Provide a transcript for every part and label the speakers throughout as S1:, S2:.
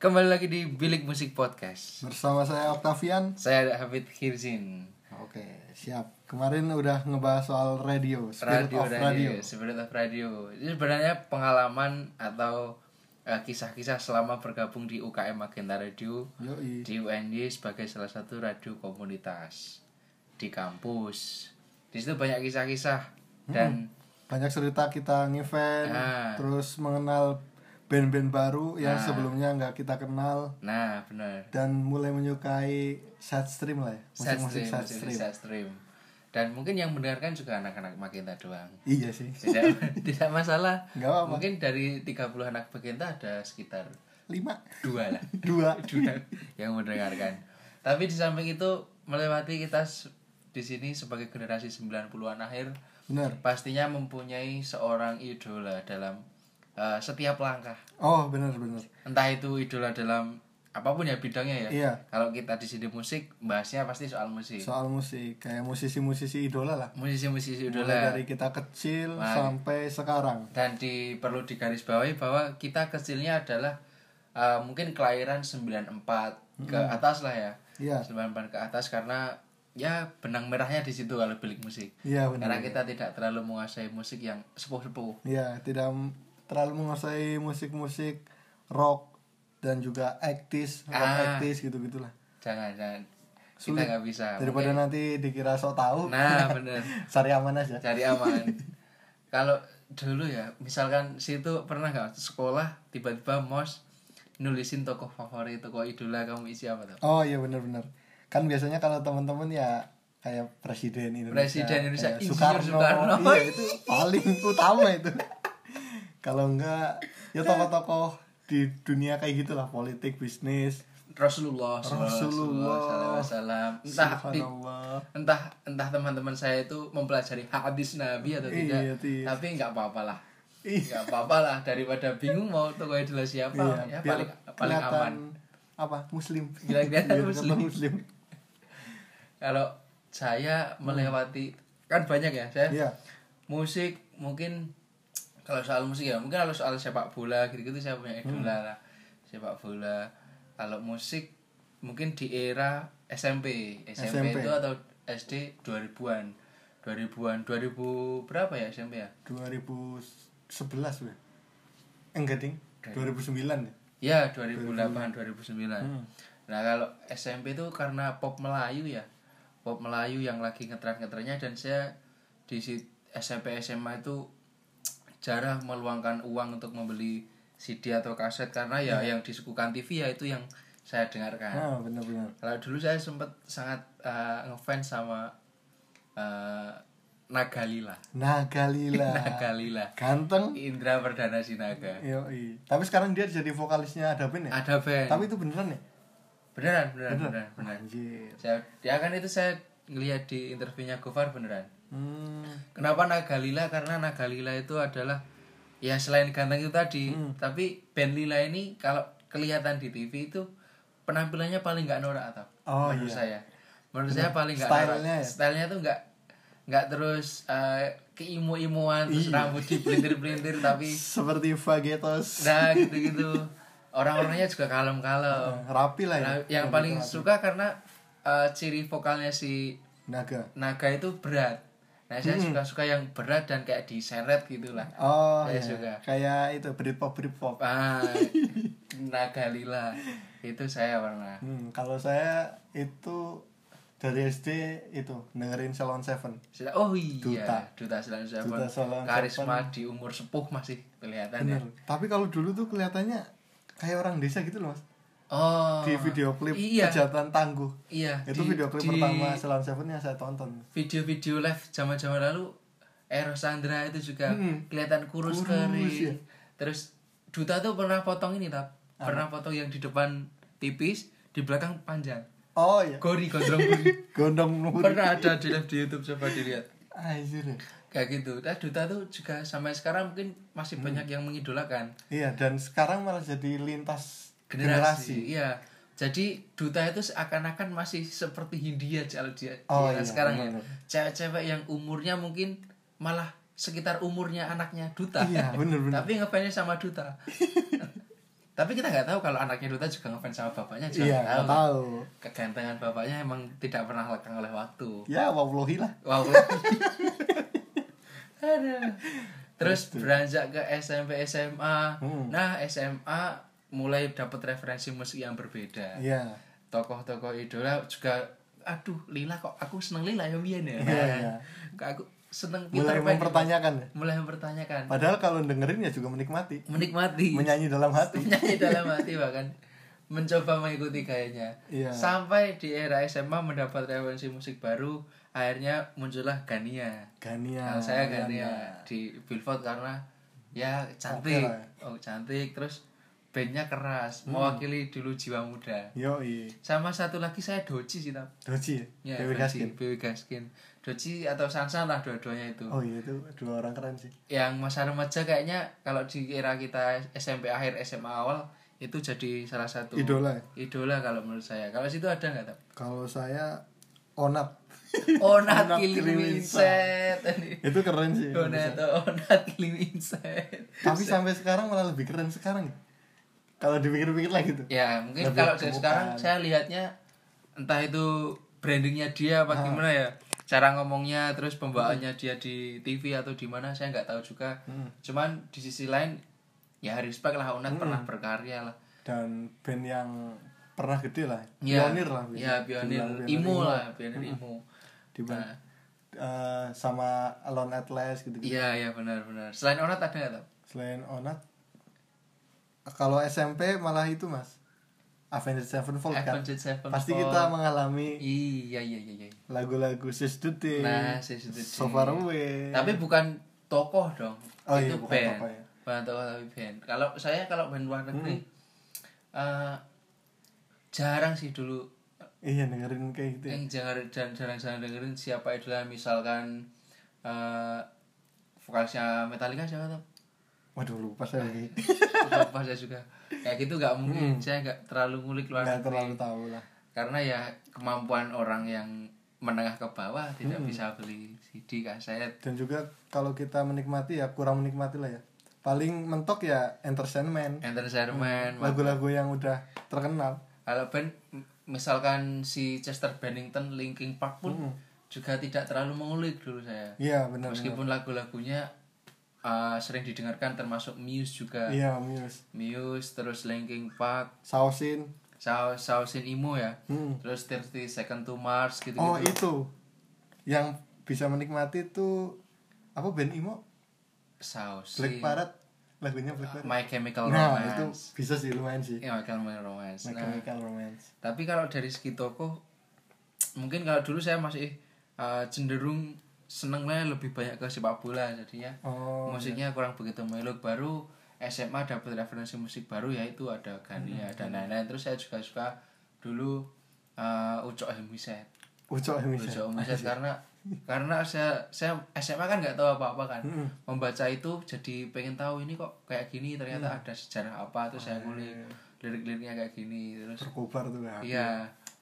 S1: Kembali lagi di Bilik Musik Podcast.
S2: Bersama saya Octavian.
S1: Saya Habib Hirzin.
S2: Oke, siap. Kemarin udah ngebahas soal radio, spirit
S1: Radio,
S2: of radio.
S1: radio, Spirit of Radio. Ini sebenarnya pengalaman atau eh, kisah-kisah selama bergabung di UKM Agenda Radio
S2: Yoi.
S1: di UNY sebagai salah satu radio komunitas di kampus. Di situ banyak kisah-kisah dan
S2: Banyak cerita kita ngevent,
S1: Ah.
S2: terus mengenal band-band baru
S1: Ya.
S2: yang sebelumnya nggak kita kenal
S1: nah benar
S2: dan mulai menyukai side stream lah ya,
S1: Sad
S2: musik-musik
S1: stream,
S2: side
S1: musik-musik
S2: stream.
S1: sad stream. Dan mungkin yang mendengarkan juga anak-anak Magenta doang.
S2: Iya sih.
S1: Tidak tidak masalah.
S2: Nggak apa-apa.
S1: Mungkin dari 30 anak Magenta ada sekitar
S2: Lima,
S1: dua lah
S2: dua.
S1: dua yang mendengarkan. Tapi di samping itu melewati kita s- di sini sebagai generasi 90-an akhir
S2: Bener.
S1: pastinya mempunyai seorang idola dalam eh, setiap langkah.
S2: Oh, bener-bener.
S1: Entah itu idola dalam apapun ya bidangnya ya.
S2: Iya.
S1: Kalau kita di sini musik, bahasnya pasti soal musik.
S2: Soal musik, kayak musisi-musisi idola lah.
S1: musisi-musisi
S2: Mulai
S1: idola
S2: dari kita kecil sampai sekarang.
S1: dan di perlu digarisbawahi bahwa kita kecilnya adalah uh, mungkin kelahiran 94 ke atas lah ya.
S2: Iya.
S1: 94 ke atas karena ya benang merahnya di situ kalau bilik musik.
S2: Iya, bener.
S1: Karena kita tidak terlalu menguasai musik yang sepuh-sepuh.
S2: Ya, tidak m- terlalu menguasai musik-musik rock dan juga aktis, rock
S1: Ah.
S2: aktis gitu-gitulah.
S1: Jangan jangan kita
S2: Sulit.
S1: nggak bisa.
S2: Daripada nanti dikira sok tahu,
S1: Nah, bener.
S2: cari aman aja.
S1: Cari aman. kalau dulu ya, misalkan situ pernah nggak sekolah tiba-tiba mos nulisin tokoh favorit, tokoh idola kamu isi apa tuh?
S2: Oh iya benar-benar. Kan biasanya kalau teman-teman ya kayak presiden Indonesia,
S1: Presiden Indonesia,
S2: kayak
S1: Insinyur Soekarno.
S2: Iya, itu paling utama itu. kalau enggak ya tokoh-tokoh di dunia kayak gitulah, politik, bisnis,
S1: Rasulullah sallallahu
S2: Rasulullah.
S1: alaihi wasallam entah Nah, di-
S2: subhanallah.
S1: entah entah teman-teman saya itu mempelajari hadis Nabi atau tidak
S2: Iya, iya.
S1: tapi nggak apa-apalah
S2: Iya.
S1: nggak apa-apalah daripada bingung mau tokoh idola siapa ya
S2: Iya, biar
S1: paling paling aman
S2: kelihatan apa muslim
S1: Biar kelihatan
S2: Biar
S1: muslim.
S2: muslim
S1: kalau saya melewati kan banyak ya saya
S2: iya
S1: musik mungkin kalau soal musik ya mungkin kalau soal sepak bola gitu-gitu saya punya idola lah sepak bola kalau musik mungkin di era SMP SMP,
S2: SMP.
S1: itu atau SD 2000-an 2000-an 2000 berapa ya SMP ya
S2: 2011 weh enggak ding 2009 ya
S1: ya 2008 2009 nah kalau SMP itu karena pop Melayu ya pop Melayu yang lagi ngetren-ngetrennya dan saya di si- SMP SMA itu jarang meluangkan uang untuk membeli CD atau kaset karena ya yang disuguhkan TV ya itu yang saya dengarkan
S2: ah benar-benar
S1: kalau dulu saya sempat sangat eh, ngefans sama eh, Nagalila
S2: Nagalila
S1: Nagalila
S2: ganteng
S1: Indra Perdana Sinaga
S2: Yoi. tapi sekarang dia jadi vokalisnya ada band ya
S1: ada band
S2: tapi itu beneran ya
S1: beneran beneran beneran, beneran.
S2: anjir
S1: Saya, ya kan itu saya ngelihat di interviewnya Gofar beneran.
S2: hmm.
S1: Kenapa Nagalila? Karena Nagalila itu adalah ya selain ganteng itu tadi,
S2: Hmm.
S1: tapi band Lila ini kalau kelihatan di TV itu penampilannya paling nggak norak atau
S2: Oh,
S1: menurut saya. Menurut saya paling nggak
S2: Stylenya
S1: norak.
S2: ya?
S1: Stylenya tuh nggak nggak terus eh, keimo-imoan
S2: Iya.
S1: terus rambut dipelintir-pelintir tapi
S2: seperti Vagetos
S1: nah gitu-gitu. Orang-orangnya juga kalem-kalem.
S2: rapi lah ya
S1: Nah, yang paling suka karena eh, ciri vokalnya si
S2: naga
S1: naga itu berat. Nah, saya
S2: Hmm.
S1: suka suka yang berat dan kayak diseret gitu gitulah.
S2: oh
S1: Saya
S2: iya.
S1: suka.
S2: kayak itu Britpop Britpop
S1: Ah, naga lila itu saya pernah.
S2: Hmm, kalau saya itu dari SD itu dengerin Salon Seven.
S1: Sila- Oh iya,
S2: Duta.
S1: duta selalu saya
S2: Duta Salon
S1: karisma di umur sepuh masih kelihatan ya.
S2: Bener. Tapi kalau dulu tuh kelihatannya kayak orang desa gitu loh mas.
S1: Oh.
S2: Di video klip
S1: Iya.
S2: kejahatan tangguh.
S1: Iya.
S2: Itu
S1: di-
S2: video klip
S1: di
S2: pertama Salon Seven yang saya tonton.
S1: Video-video live zaman-zaman lalu Eros Sandra itu juga kelihatan kurus,
S2: Hmm. Kurus,
S1: kering.
S2: ya.
S1: Terus Duta tuh pernah potong ini, Tap. Pernah potong yang di depan tipis, di belakang panjang.
S2: Oh iya.
S1: Gori gondrong gori.
S2: Gondong Nuri.
S1: pernah ada di live di YouTube coba dilihat
S2: Anjir ya.
S1: kayak gitu nah duta tuh juga sampai sekarang mungkin masih
S2: Hmm.
S1: banyak yang mengidolakan
S2: Iya dan sekarang malah jadi lintas generasi.
S1: generasi, iya jadi duta itu seakan-akan masih seperti Hindia kalau dia di
S2: Oh,
S1: era
S2: iya,
S1: sekarang ya
S2: benar.
S1: cewek-cewek yang umurnya mungkin malah sekitar umurnya anaknya duta
S2: Iya, benar-benar.
S1: tapi ngefansnya sama duta tapi kita nggak tahu kalau anaknya Duta juga ngefans sama bapaknya juga
S2: iya
S1: nggak
S2: nggak
S1: tahu.
S2: tahu
S1: kegantengan bapaknya emang tidak pernah lekang oleh waktu
S2: ya wallahi lah
S1: wow Aduh. terus beranjak ke SMP SMA
S2: Hmm.
S1: nah SMA mulai dapat referensi musik yang berbeda
S2: iya
S1: tokoh-tokoh idola juga aduh Lila kok aku seneng Lila ya Bian ya
S2: Iya, iya.
S1: kok aku seneng Peter Pan
S2: mulai
S1: ya?"
S2: mempertanyakan
S1: mulai mempertanyakan
S2: padahal kalau dengerin ya juga menikmati
S1: menikmati
S2: menyanyi dalam hati
S1: menyanyi dalam hati bahkan mencoba mengikuti gayanya
S2: Iya.
S1: sampai di era SMA mendapat referensi musik baru akhirnya muncullah Gania Nah,
S2: Gania
S1: saya
S2: ya.
S1: Gania di Billboard karena ya cantik
S2: lah
S1: oh cantik terus bandnya keras
S2: Hmm.
S1: mewakili dulu jiwa muda
S2: yo iya
S1: sama satu lagi saya Doci sih Tam.
S2: Doji ya
S1: ya
S2: Dewi
S1: Doci,
S2: Gaskin
S1: Dewi Gaskin Doci atau Sansan lah dua-duanya itu
S2: oh iya itu dua orang keren sih
S1: yang masa remaja kayaknya kalau di era kita SMP akhir SMA awal itu jadi salah satu
S2: idola ya?
S1: idola kalau menurut saya kalau situ ada nggak tap
S2: kalau saya Onat
S1: onat
S2: Onat Iya,
S1: killing
S2: killing
S1: insect
S2: itu keren sih
S1: onat onat killing insect
S2: tapi sampai sekarang malah lebih keren sekarang ya. kalau dipikir-pikir lagi tuh
S1: ya mungkin
S2: Lebih
S1: kalau dari
S2: kebukan.
S1: sekarang saya lihatnya entah itu brandingnya dia
S2: Ah.
S1: apa gimana ya cara ngomongnya terus pembawaannya dia di TV atau di mana saya nggak tahu juga
S2: Hmm.
S1: cuman di sisi lain ya respect lah onat pernah berkarya lah
S2: dan band yang pernah gede lah
S1: Ya,
S2: pionir lah bisa
S1: Ya, pionir
S2: dibilang
S1: IMU lah, pionir
S2: Hmm.
S1: IMU.
S2: di band
S1: Nah.
S2: eh, sama Alone Atlas gitu,
S1: Iya, iya benar benar. Selain Onat ada enggak, Tam?
S2: selain Onat kalau SMP malah itu mas Avenged Sevenfold kan
S1: Avenged Sevenfold.
S2: pasti kita mengalami
S1: Iya, iya, iya, iya.
S2: lagu-lagu Sis Duty
S1: Nah, Sis Duty.
S2: Iya. So Far Away
S1: Tapi bukan tokoh dong.
S2: Oh, iya, Hmm.
S1: itu
S2: bukan
S1: band.
S2: tokoh, ya.
S1: Bukan tokoh tapi band. Kalau saya kalau band luar negeri eh, jarang sih dulu
S2: iya dengerin kayak gitu ya.
S1: yang jangan dan jarang-jarang dengerin siapa idola misalkan eh vokalisnya Metallica siapa Tam?
S2: waduh lupa saya lagi
S1: Lupa saya juga kayak gitu nggak mungkin saya nggak terlalu ngulik luar
S2: Hmm. nggak
S1: negeri
S2: terlalu tahu lah
S1: karena ya kemampuan orang yang menengah ke bawah tidak
S2: Hmm.
S1: bisa beli CD kaset
S2: dan juga kalau kita menikmati ya kurang menikmati lah ya paling mentok ya entertainment
S1: entertainment Wah,
S2: lagu-lagu yang udah terkenal
S1: kalau band m- misalkan si Chester Bennington Linkin Park pun juga tidak terlalu mengulik dulu saya
S2: iya benar
S1: meskipun lagu-lagunya uh, sering didengarkan termasuk Muse juga
S2: iya Muse
S1: Muse terus Linkin Park
S2: sausin
S1: Sau Sausin Imo ya
S2: Hmm.
S1: terus 30 Second to Mars gitu-gitu
S2: oh itu yang bisa menikmati tuh apa band emo Black
S1: Sausin
S2: Parade lagunya Black Parade
S1: My Chemical
S2: nah
S1: Romance
S2: itu bisa sih lumayan sih
S1: Ya, My Chemical Romance.
S2: My
S1: Nah,
S2: Chemical Romance
S1: tapi kalau dari segi toko mungkin kalau dulu saya masih eh, cenderung senengnya lebih banyak ke sepak bola jadinya
S2: oh
S1: musiknya kurang begitu meluk baru SMA dapat referensi musik baru yaitu ada Gania dan lain-lain terus saya juga suka dulu eh, Ucok Hemiset
S2: Ucok ya, Misa
S1: Ucok Hemiset karena karena saya saya SMA kan nggak tahu apa-apa kan
S2: Mm-mm.
S1: membaca itu jadi pengen tahu ini kok kayak gini ternyata ada sejarah apa terus saya kulik lirik-liriknya kayak gini terus
S2: berkobar tuh ya
S1: Iya,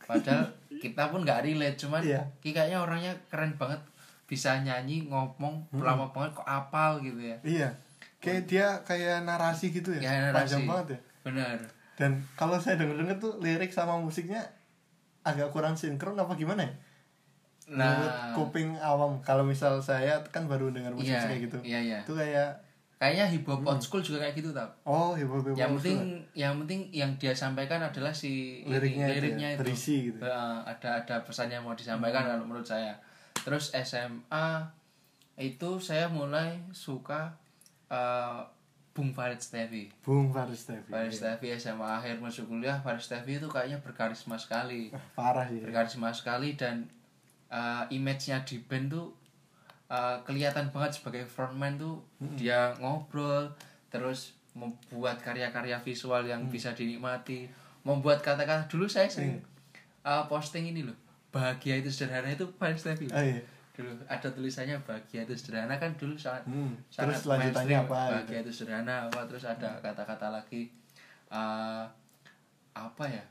S1: padahal kita pun nggak relate, cuman
S2: Iya.
S1: Ki kayaknya orangnya keren banget, bisa nyanyi, ngomong, lama banget kok apal gitu ya.
S2: iya kayak dia kayak narasi gitu ya,
S1: Ya, narasi.
S2: panjang banget ya
S1: Bener.
S2: dan kalau saya denger-denger tuh lirik sama musiknya agak kurang sinkron apa gimana ya menurut
S1: Nah,
S2: kuping awam kalau misal saya kan baru dengar musik
S1: iya,
S2: kayak gitu
S1: iya, iya.
S2: itu kayak
S1: Kayaknya hip hop old school juga kayak gitu tau.
S2: oh hip hop
S1: Yang penting, yang penting yang dia sampaikan adalah si ini,
S2: liriknya, itu ya,
S1: liriknya itu.
S2: berisi gitu
S1: Eh, ada ada pesan yang mau disampaikan kalau menurut saya. Terus SMA itu saya mulai suka eh, Bung Farid Stevi.
S2: Bung Faris Tevi
S1: Faris Tevi SMA akhir masuk kuliah Faris Tevi itu kayaknya berkarisma sekali
S2: Wah, parah sih
S1: berkarisma sekali dan uh, image-nya di band tuh uh, kelihatan banget sebagai frontman tuh dia ngobrol terus membuat karya-karya visual yang bisa dinikmati membuat kata-kata dulu saya sering uh, posting ini loh bahagia itu sederhana itu Faris Tevi
S2: oh, iya.
S1: dulu ada tulisannya bahagia itu sederhana kan dulu sangat
S2: Hmm,
S1: sangat
S2: terus lanjutannya
S1: mainstream,
S2: apa gitu? Hmm.
S1: bahagia itu sederhana apa terus ada kata-kata lagi eh, apa ya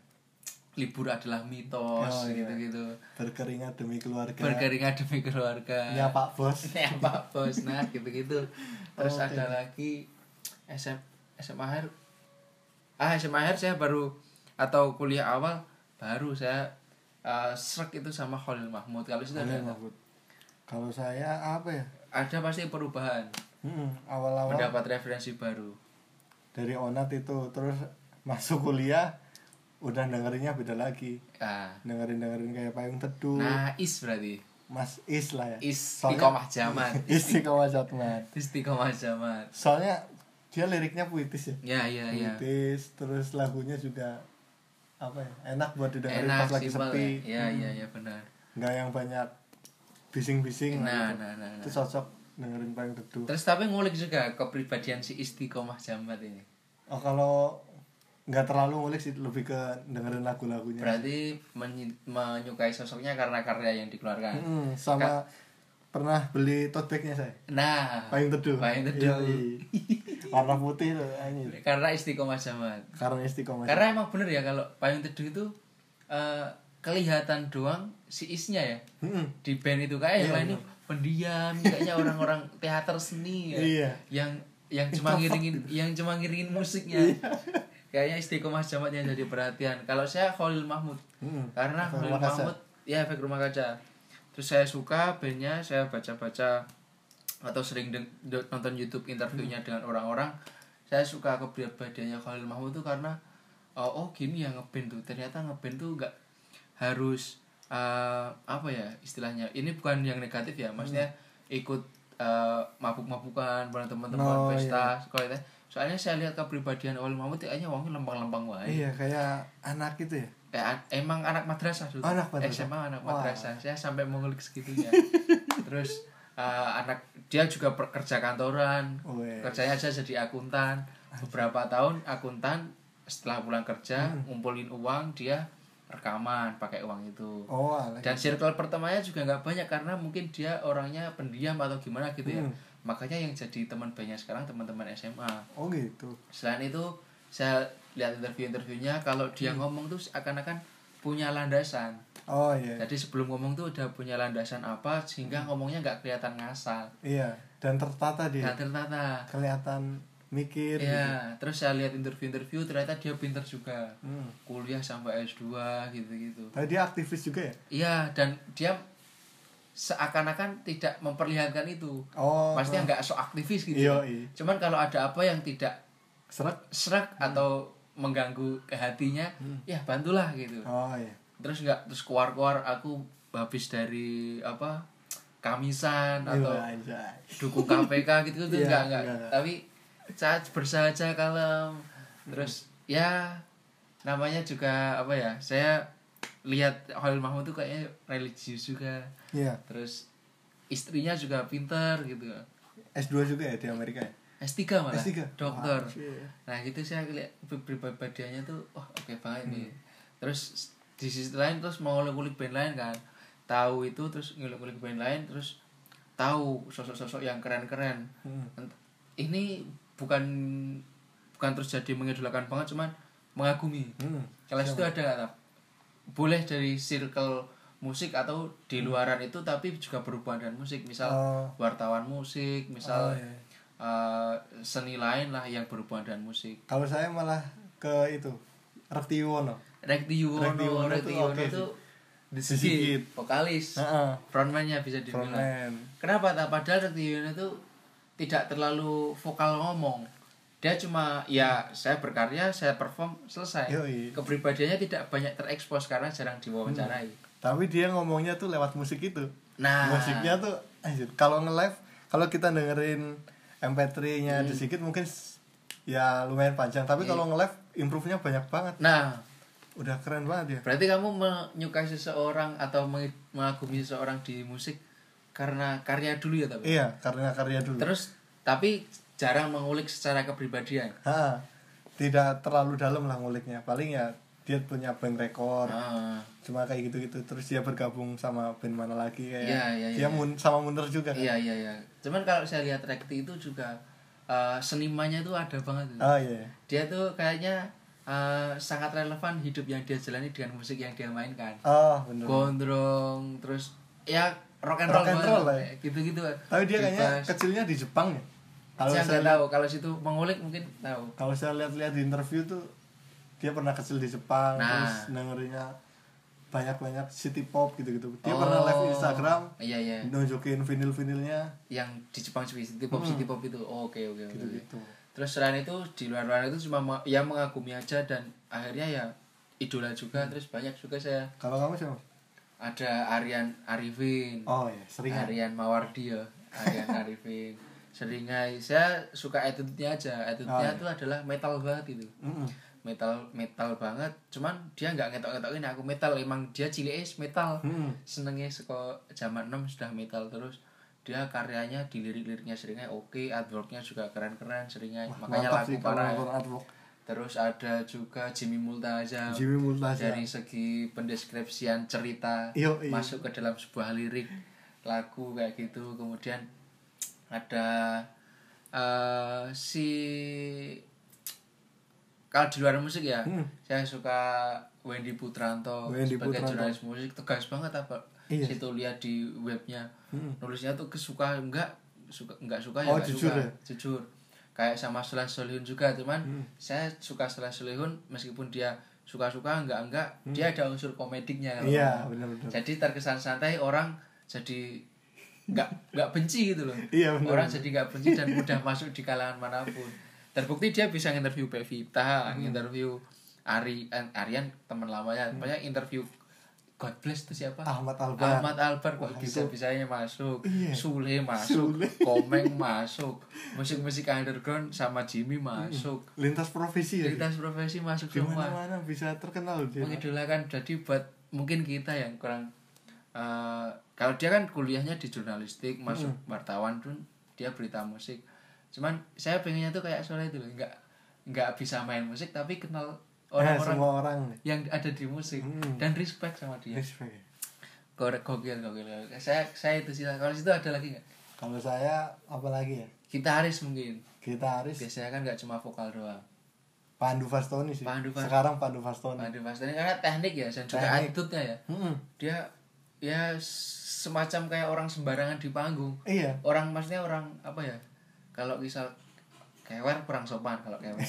S1: libur adalah mitos
S2: Oh, iya.
S1: gitu-gitu
S2: berkeringat demi keluarga
S1: berkeringat demi keluarga
S2: ya Pak Bos
S1: ya pak bos nah gitu-gitu terus
S2: Oke.
S1: ada lagi SM SMA akhir ah SMA akhir saya baru atau kuliah awal baru saya eh, srek itu sama Khalil Mahmud kalau sudah
S2: Boleh,
S1: ada,
S2: Mahfud. Kalau saya apa ya?
S1: ada pasti perubahan
S2: Mm-mm, Awal-awal
S1: mendapat referensi baru
S2: dari onat itu terus masuk kuliah udah dengerinnya beda lagi.
S1: ah
S2: Dengerin dengerin kayak payung teduh,
S1: nah is berarti
S2: Mas Is lah ya.
S1: is
S2: Hmm. Soalnya-
S1: istiqomah zaman
S2: Istiqomah Jatmat.
S1: istiqomah zaman
S2: Soalnya dia liriknya puitis ya.
S1: ya ya ya
S2: Puitis, terus lagunya juga apa ya? Enak buat didengerin
S1: enak
S2: pas lagi
S1: simpel
S2: sepi. Hmm.
S1: ya ya ya, ya benar
S2: nggak yang banyak bising-bising
S1: nah
S2: gitu.
S1: nah nah, nah.
S2: itu cocok dengerin paling teduh
S1: terus tapi ngulik juga kepribadian si istiqomah jamat ini
S2: oh kalau nggak terlalu ngulik sih lebih ke dengerin lagu-lagunya
S1: berarti menyi- menyukai sosoknya karena karya yang dikeluarkan
S2: Mm, sama pernah beli tote bagnya saya
S1: nah
S2: paling teduh
S1: Payung Teduh.
S2: Yoi. Iya, warna putih tuh anjir
S1: karena istiqomah jamat
S2: karena istiqomah
S1: karena emang bener ya kalau payung teduh itu eh, kelihatan doang si isnya ya
S2: Mm-mm.
S1: di band itu kayak yang
S2: Iya,
S1: lain itu pendiam kayaknya orang-orang teater seni ya.
S2: Iya.
S1: yang yang cuma ngiringin yang cuma ngiringin musiknya
S2: Iya.
S1: kayaknya istiqomah jamat yang jadi perhatian kalau saya Khalil Mahmud
S2: Mm-mm.
S1: karena
S2: Hmm, Efek
S1: Khalil
S2: rumah kaca.
S1: Mahmud ya efek rumah kaca terus saya suka bandnya saya baca-baca atau sering deng- do- nonton YouTube interviewnya
S2: Hmm.
S1: dengan orang-orang saya suka kepribadiannya Khalil Mahmud tuh karena uh, oh gini ya ngeband tuh ternyata ngeband tuh nggak harus uh, apa ya istilahnya ini bukan yang negatif ya maksudnya ikut uh, mabuk-mabukan bareng teman-teman
S2: Hmm. Oh,
S1: pesta sekolah itu soalnya saya lihat kepribadian Khalil Mahmud tuh kayaknya wongnya lempeng-lempeng wae
S2: iya kayak anak gitu ya
S1: Eh, an- emang anak madrasah dulu.
S2: Oh, anak madrasah.
S1: SMA anak
S2: Wah.
S1: madrasah. Saya sampai mengulik segitunya. Terus eh, anak dia juga pekerja kantoran.
S2: Weh.
S1: Kerjanya aja jadi akuntan. Beberapa tahun akuntan setelah pulang kerja
S2: Hmm.
S1: ngumpulin uang dia rekaman pakai uang itu.
S2: oh ala
S1: Dan circle pertamanya juga nggak banyak karena mungkin dia orangnya pendiam atau gimana gitu ya.
S2: Hmm.
S1: Makanya yang jadi teman banyak sekarang teman-teman SMA
S2: oh gitu
S1: selain itu saya lihat interview-interviewnya kalau dia
S2: Hmm.
S1: ngomong tuh seakan-akan punya landasan
S2: oh iya
S1: jadi sebelum ngomong tuh udah punya landasan apa sehingga
S2: Hmm.
S1: ngomongnya nggak kelihatan ngasal
S2: iya dan tertata dia
S1: nggak tertata
S2: kelihatan mikir
S1: ya terus saya lihat interview-interview ternyata dia pinter juga
S2: gitu. Mm.
S1: kuliah sampai S2 gitu-gitu
S2: Tapi dia aktivis juga ya
S1: iya dan dia seakan-akan tidak memperlihatkan itu
S2: oh
S1: Maksudnya nggak sok aktivis gitu
S2: iya iya
S1: cuman kalau ada apa yang tidak
S2: serak
S1: serak
S2: Hmm.
S1: atau mengganggu ke hatinya ya bantulah gitu
S2: oh iya
S1: terus nggak terus keluar-keluar aku habis dari apa kamisan atau
S2: Iya, anjay.
S1: dukung KPK gitu tuh
S2: Iya,
S1: nggak nggak
S2: nggak.
S1: tapi saat bersahaja kalem terus ya namanya juga apa ya saya lihat Khalil Mahmud tuh kayaknya religius juga
S2: Iya,
S1: terus istrinya juga pinter gitu
S2: S2 juga ya di Amerika ya?
S1: S3 malah
S2: S3.
S1: dokter
S2: Wah, iya.
S1: Nah gitu saya lihat kepribadiannya tuh wah oke banget nih. Terus di sisi lain terus mau ngulik-ngulik band lain kan. Tahu itu terus ngulik-ngulik band lain terus tahu sosok-sosok yang keren-keren.
S2: Hmm.
S1: Ent- Ini bukan bukan terus jadi mengidolakan banget cuman mengagumi.
S2: Hmm.
S1: Kalau itu ada nggak, Taf? boleh dari circle musik atau di luaran itu tapi juga berhubungan dengan musik misal
S2: Hmm. Oh.
S1: wartawan musik misal
S2: Oh, iya.
S1: eh, seni lain lah yang berhubungan dengan musik
S2: Kalau saya malah ke itu Rekti Yuwono.
S1: Rekti Yuwono,
S2: Rekti Yuwono
S1: Rekti
S2: tuh
S1: Yuwono
S2: oke
S1: itu
S2: Sigit.
S1: disigit, vokalis,
S2: Heeh.
S1: frontman-nya bisa dibilang.
S2: Frontman.
S1: Kenapa tak? Padahal Rekti Yuwono itu tidak terlalu vokal ngomong. Dia cuma ya saya berkarya, saya perform, selesai.
S2: Yoi.
S1: Kepribadiannya tidak banyak terekspos karena jarang diwawancarai.
S2: Tapi dia ngomongnya tuh lewat musik itu.
S1: Nah,
S2: Musiknya tuh anjir. Kalau nge-live, kalau kita dengerin MP3-nya sedikit mungkin s- ya lumayan panjang, tapi kalau nge-live improve-nya banyak banget.
S1: nah
S2: Udah keren banget ya.
S1: berarti kamu menyukai seseorang atau mengi- mengagumi seseorang di musik karena karya dulu ya tapi.
S2: Iya, karena karya dulu.
S1: Terus tapi jarang mengulik secara kepribadian.
S2: Ha, tidak terlalu dalam lah nguliknya. Paling ya dia punya band record,
S1: Ah.
S2: cuma kayak gitu-gitu terus dia bergabung sama band mana lagi kayak
S1: Iya, iya,
S2: dia mun- sama Munir juga kan
S1: Iya iya iya. Cuman kalau saya lihat Rekti itu juga eh, senimannya tuh ada banget.
S2: oh iya iya.
S1: Dia tuh kayaknya eh, sangat relevan hidup yang dia jalani dengan musik yang dia mainkan.
S2: oh bener
S1: Gondrong terus ya rock and roll,
S2: Rock and
S1: banget.
S2: roll lah ya.
S1: Kayak gitu-gitu.
S2: tapi dia kayaknya
S1: Bebas.
S2: kecilnya di Jepang ya kalau
S1: saya
S2: saya
S1: nggak tahu kalau situ mengulik mungkin tahu.
S2: kalau saya lihat-lihat di interview tuh dia pernah kecil di Jepang
S1: Nah.
S2: terus dengerinnya banyak-banyak city pop gitu-gitu dia
S1: Oh.
S2: pernah live Instagram
S1: Iya iya.
S2: nunjukin vinil-vinilnya
S1: Yang di Jepang city pop city
S2: Hmm.
S1: pop itu. Oh, Oke oke oke.
S2: gitu-gitu
S1: Terus selain itu di luar-luar itu cuma ma- ya mengagumi aja dan akhirnya ya idola juga
S2: Hmm.
S1: terus banyak juga saya
S2: kalau kamu siapa
S1: Hmm. ada Aryan Arifin.
S2: oh ya seringan
S1: Aryan Mawardi ya Aryan Arifin seringai saya suka attitude-nya aja
S2: Oh,
S1: attitude-nya
S2: iya.
S1: itu adalah metal banget gitu
S2: Mm-mm.
S1: metal metal banget cuman dia nggak ngetok-ngetokin aku metal emang dia cilik is metal
S2: Mm-mm.
S1: senengnya seko zaman 6 sudah metal terus dia karyanya di lirik-liriknya seringai oke artworknya juga keren-keren seringai makanya
S2: Mantap
S1: laku
S2: sih kalau
S1: parah
S2: nonton artwork
S1: terus ada juga Jimmy Multazam
S2: Jimmy Multazam
S1: dari segi pendeskripsian cerita
S2: Yo, iya.
S1: masuk ke dalam sebuah lirik lagu kayak gitu kemudian ada eh, si kalau di luar musik ya saya suka Wendy Putranto
S2: Hmm. Wendy
S1: sebagai
S2: Putranto.
S1: jurnalis musik tegas banget apa
S2: Iya. Hmm.
S1: situ lihat di webnya nulisnya tuh kesuka enggak suka enggak suka ya
S2: Oh,
S1: enggak
S2: jujur
S1: suka
S2: ya?
S1: jujur kayak sama Soleh Solihun juga cuman
S2: Hmm.
S1: saya suka Soleh Solihun meskipun dia suka-suka enggak enggak dia ada unsur komediknya kalau
S2: Hmm. iya
S1: ngomong.
S2: benar-benar
S1: jadi terkesan santai orang jadi enggak enggak benci gitu loh
S2: Iya, benar.
S1: orang jadi enggak benci dan mudah masuk di kalangan manapun terbukti dia bisa interview Pevita
S2: Hmm.
S1: interview Ari eh, Arian teman lamanya banyak interview God bless itu siapa
S2: Ahmad Albar
S1: Ahmad Albar kok bisa-bisanya masuk
S2: Iya.
S1: Sule masuk
S2: Sule.
S1: Komeng masuk musik-musik underground sama Jimmy masuk
S2: lintas profesi ya
S1: lintas profesi masuk
S2: di
S1: semua
S2: mana-mana bisa terkenal dia
S1: mengidolakan jadi buat mungkin kita yang kurang eh, kalau dia kan kuliahnya di jurnalistik masuk wartawan pun dia berita musik cuman saya pengennya tuh kayak Soleh itu loh nggak nggak bisa main musik tapi kenal
S2: eh,
S1: orang-orang
S2: semua orang nih
S1: yang ada di musik dan respect sama dia
S2: Respect ya.
S1: Korek gokil gokil. gokil. Saya saya itu sih. Kalau situ ada lagi nggak?
S2: kalau saya apalagi ya
S1: Gitaris mungkin.
S2: gitaris
S1: Biasanya kan nggak cuma vokal doang.
S2: Pandu Fastoni sih
S1: Pandu Fastoni.
S2: sekarang Pandu Fastoni
S1: Pandu Fastoni karena teknik ya dan juga
S2: Teknik.
S1: attitude-nya ya.
S2: Mm-mm.
S1: Dia ya semacam kayak orang sembarangan di panggung.
S2: iya
S1: Orang maksudnya orang apa ya? Kalau misal kewer kurang sopan kalau kewer.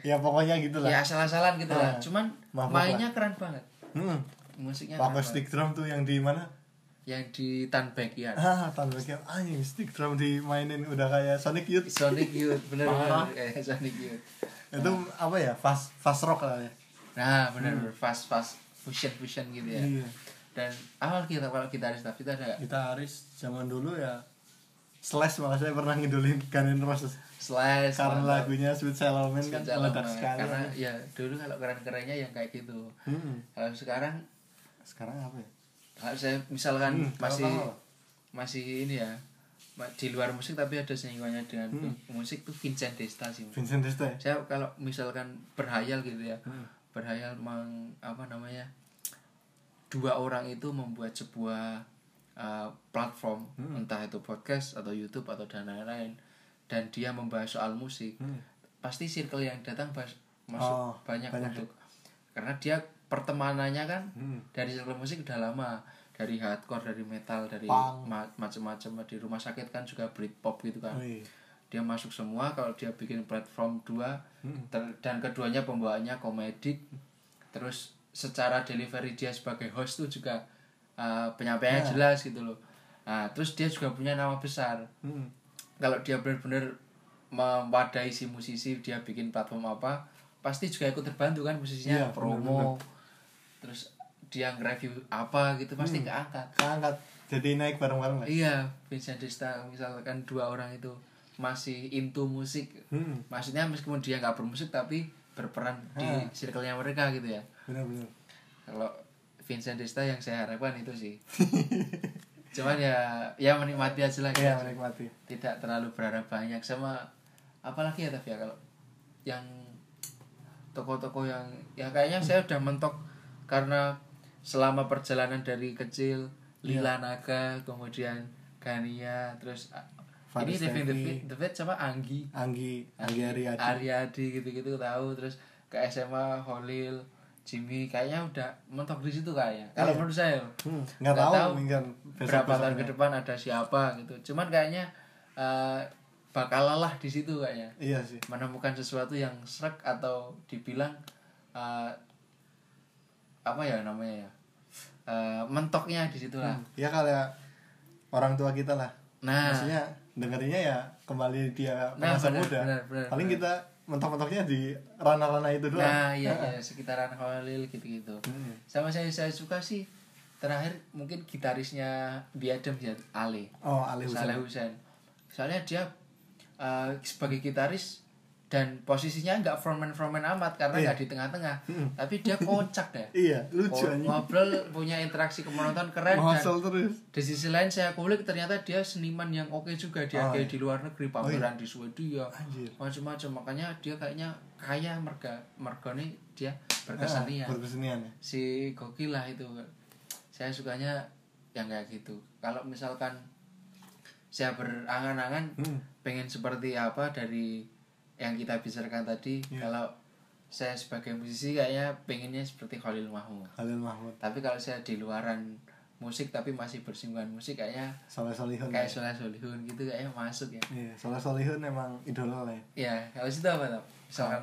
S2: ya pokoknya gitulah
S1: ya asal-asalan gitu lah.
S2: Ah.
S1: Cuman
S2: Mabuk
S1: mainnya keren banget.
S2: hmm.
S1: Musiknya keren
S2: pakai
S1: banget.
S2: stick drum tuh yang di mana
S1: Yang di Tanbekian.
S2: ah tampaknya anjing stick drum dimainin udah kayak Sonic Youth
S1: Sonic Youth bener
S2: Parah.
S1: bener eh, Sonic Youth.
S2: itu
S1: Iya.
S2: apa ya fast fast rock lah ya
S1: Nah, benar benar fast fast fusion fusion gitu ya.
S2: iya
S1: Dan awal kita kalau gitaris tapi itu ada nggak?
S2: gitaris zaman dulu ya Slash malah saya pernah ngidolin Gun N' Roses
S1: Slash
S2: karena
S1: mantap.
S2: lagunya Sweet Shallow Man
S1: Sweet
S2: kan
S1: Child of
S2: meledak
S1: Mine.
S2: sekali
S1: Karena ya dulu kalau keren-kerennya yang kayak gitu.
S2: Mm-mm.
S1: Kalau sekarang
S2: sekarang apa ya
S1: kalau saya misalkan
S2: Hmm,
S1: masih
S2: apa-apa.
S1: masih ini ya ma- di luar musik tapi ada singgungannya dengan
S2: Hmm.
S1: musik tuh Vincent Desta sih.
S2: Vincent Desta ya?
S1: saya kalau misalkan berhayal gitu ya
S2: Hmm.
S1: berhayal meng apa namanya dua orang itu membuat sebuah uh, platform
S2: Hmm.
S1: entah itu podcast atau YouTube atau dan lain-lain dan dia membahas soal musik pasti circle yang datang bas- masuk
S2: Hmm. Oh,
S1: banyak,
S2: banyak
S1: untuk karena dia pertemanannya kan
S2: Hmm.
S1: dari circle musik udah lama dari hardcore dari metal dari
S2: Punk.
S1: ma- macam-macam di rumah sakit kan juga Britpop gitu kan
S2: Oh, iya.
S1: dia masuk semua kalau dia bikin platform dua ter- dan keduanya pembawaannya komedik terus secara delivery dia sebagai host tuh juga uh, penyampaiannya jelas gitu loh nah terus dia juga punya nama besar
S2: Mm-mm.
S1: kalau dia benar-benar mewadahi si musisi dia bikin platform apa pasti juga ikut terbantu kan musisinya
S2: Iya,
S1: promo terus dia nge-review apa gitu pasti keangkat
S2: keangkat jadi naik bareng-bareng lah
S1: Iya, Vincent Desta misalkan dua orang itu masih into musik.
S2: Hmm,
S1: Maksudnya meskipun dia nggak bermusik tapi berperan di circle-nya mereka gitu ya.
S2: benar-benar.
S1: Kalau Vincent Desta yang saya harapkan itu sih. Cuman ya ya menikmati aja lah
S2: Iya,
S1: kita.
S2: menikmati.
S1: Tidak terlalu berharap banyak sama apalagi ya tapi ya kalau yang toko-toko yang ya kayaknya saya udah mentok karena selama perjalanan dari kecil Lila Naga kemudian Gania terus a-
S2: Faris
S1: ini Devin
S2: Devi.
S1: David David sama Anggi
S2: Anggi, Anggi Ariadi.
S1: Ariadi gitu-gitu tahu terus ke SMA Holil Jimmy kayaknya udah mentok di situ kayaknya kalau menurut saya loh.
S2: Hmm, nggak tahu mungkin
S1: berapa tahun
S2: besok-besoknya.
S1: ke depan ada siapa gitu cuman kayaknya eh, bakal lelah di situ ya. kayaknya
S2: Iya sih.
S1: menemukan sesuatu yang srek atau dibilang eh, apa ya namanya ya Eh, mentoknya di situ lah
S2: ya kayak orang tua kita lah
S1: nah
S2: maksudnya dengerinnya ya kembali dia
S1: Nah,
S2: masa
S1: benar,
S2: muda
S1: benar, benar,
S2: paling kita mentok-mentoknya di ranah-ranah itu doang
S1: nah iya, iya sekitaran Khalil gitu-gitu
S2: Gitu Hmm.
S1: sama saya saya suka sih terakhir mungkin gitarisnya Biadem ya Ale
S2: oh alih usaha
S1: Saleh Hussein. Soalnya dia uh, sebagai gitaris dan posisinya nggak frontman frontman amat karena nggak di tengah-tengah, tapi dia kocak deh.
S2: iya Hmm. lucu
S1: Ko-
S2: anjing
S1: Ngobrol punya interaksi kemononton Oh, keren kan? dan
S2: Mahasol terus
S1: di sisi lain saya kulik ternyata dia seniman yang oke juga
S2: Oh,
S1: dia kayak di luar negeri pameran di Swedia
S2: iya. Anjir.
S1: macam-macam makanya dia kayaknya kaya merga mergone dia berkesenian
S2: berkesenian ya
S1: si gokil lah itu saya sukanya yang kayak gitu kalau misalkan saya berangan-angan
S2: Hmm.
S1: pengen seperti apa dari yang kita bicarakan tadi
S2: Iya.
S1: kalau saya sebagai musisi kayaknya pengennya seperti Khalil Mahmud
S2: Khalil Mahmud
S1: tapi kalau saya di luaran musik tapi masih bersinggungan musik kayaknya
S2: Soleh Solihun
S1: kayak Soleh Solihun gitu kayaknya masuk ya
S2: iya Soleh Solihun emang idola lah ya
S1: ya kalau situ apa Tom? misalkan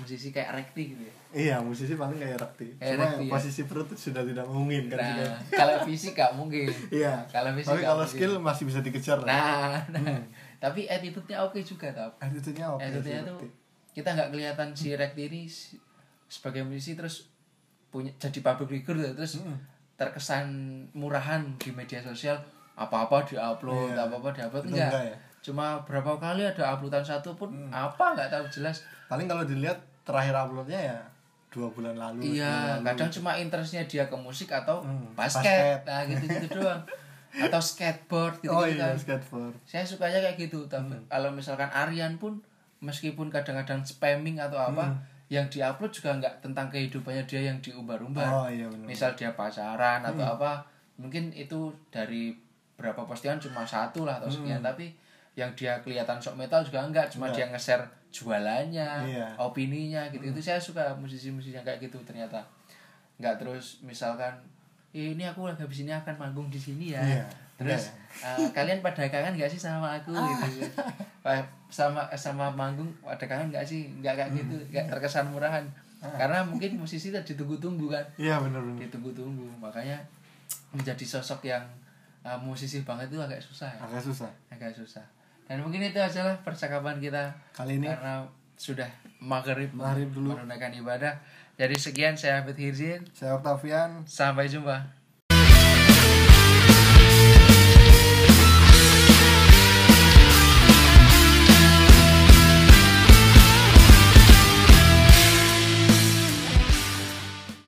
S1: musisi kayak Rekti gitu ya
S2: iya musisi paling kayak Rakti
S1: Kayak
S2: cuma
S1: Rakti, ya.
S2: posisi perut sudah tidak mungkin kan sudah
S1: nah kalau fisik gak mungkin
S2: iya
S1: Kalau fisik
S2: tapi
S1: nggak
S2: kalau
S1: mungkin.
S2: skill masih bisa dikejar lah
S1: Nah, nah. tapi attitude-nya oke juga, Top.
S2: attitude-nya oke sih,
S1: Attitude-nya
S2: Rakti.
S1: tuh kita nggak kelihatan si Rekti ini si- sebagai musisi terus punya jadi public figure tuh, terus
S2: Hmm.
S1: terkesan murahan di media sosial apa-apa diupload,
S2: Iya.
S1: apa-apa diupload
S2: Itu
S1: enggak.
S2: enggak ya? Hmm.
S1: Cuma berapa kali ada uploadan satu pun apa nggak tahu jelas.
S2: paling kalau dilihat terakhir uploadnya ya dua bulan lalu
S1: Iya,
S2: tiga bulan
S1: kadang cuma interestnya dia ke musik atau
S2: Hmm,
S1: basket,
S2: basket.
S1: nah gitu-gitu doang. Atau skateboard
S2: lalu.
S1: gitu-gitu
S2: oh iya
S1: kan.
S2: skateboard
S1: saya sukanya kayak gitu tapi kalau misalkan Aryan pun meskipun kadang-kadang spamming atau apa yang diupload juga nggak tentang kehidupannya dia yang diumbar-umbar
S2: oh iya benar
S1: misal dia pacaran atau
S2: Hmm.
S1: apa mungkin itu dari berapa postingan cuma satu lah atau
S2: Hmm.
S1: sekian tapi yang dia kelihatan sok metal juga enggak cuma dia nge-share jualannya
S2: Iya. Hmm.
S1: opininya gitu itu saya suka musisi-musisi yang kayak gitu ternyata nggak terus misalkan "Ih, ini aku lagi habis ini akan manggung di sini ya
S2: Iya.
S1: terus "Eh, kalian pada kangen gak sih sama aku gitu Wah, sama sama manggung pada kangen gak sih nggak kayak gitu
S2: Hmm.
S1: nggak terkesan murahan
S2: Ah.
S1: karena mungkin musisi tadi ditunggu-tunggu kan
S2: iya benar benar
S1: ditunggu-tunggu makanya menjadi sosok yang eh, musisi banget itu agak susah ya
S2: agak susah
S1: agak susah dan mungkin itu adalah percakapan kita
S2: kali ini
S1: karena sudah maghrib
S2: Maghrib dulu.
S1: menunaikan ibadah jadi sekian saya Abid Hirzin
S2: saya Octavian
S1: sampai jumpa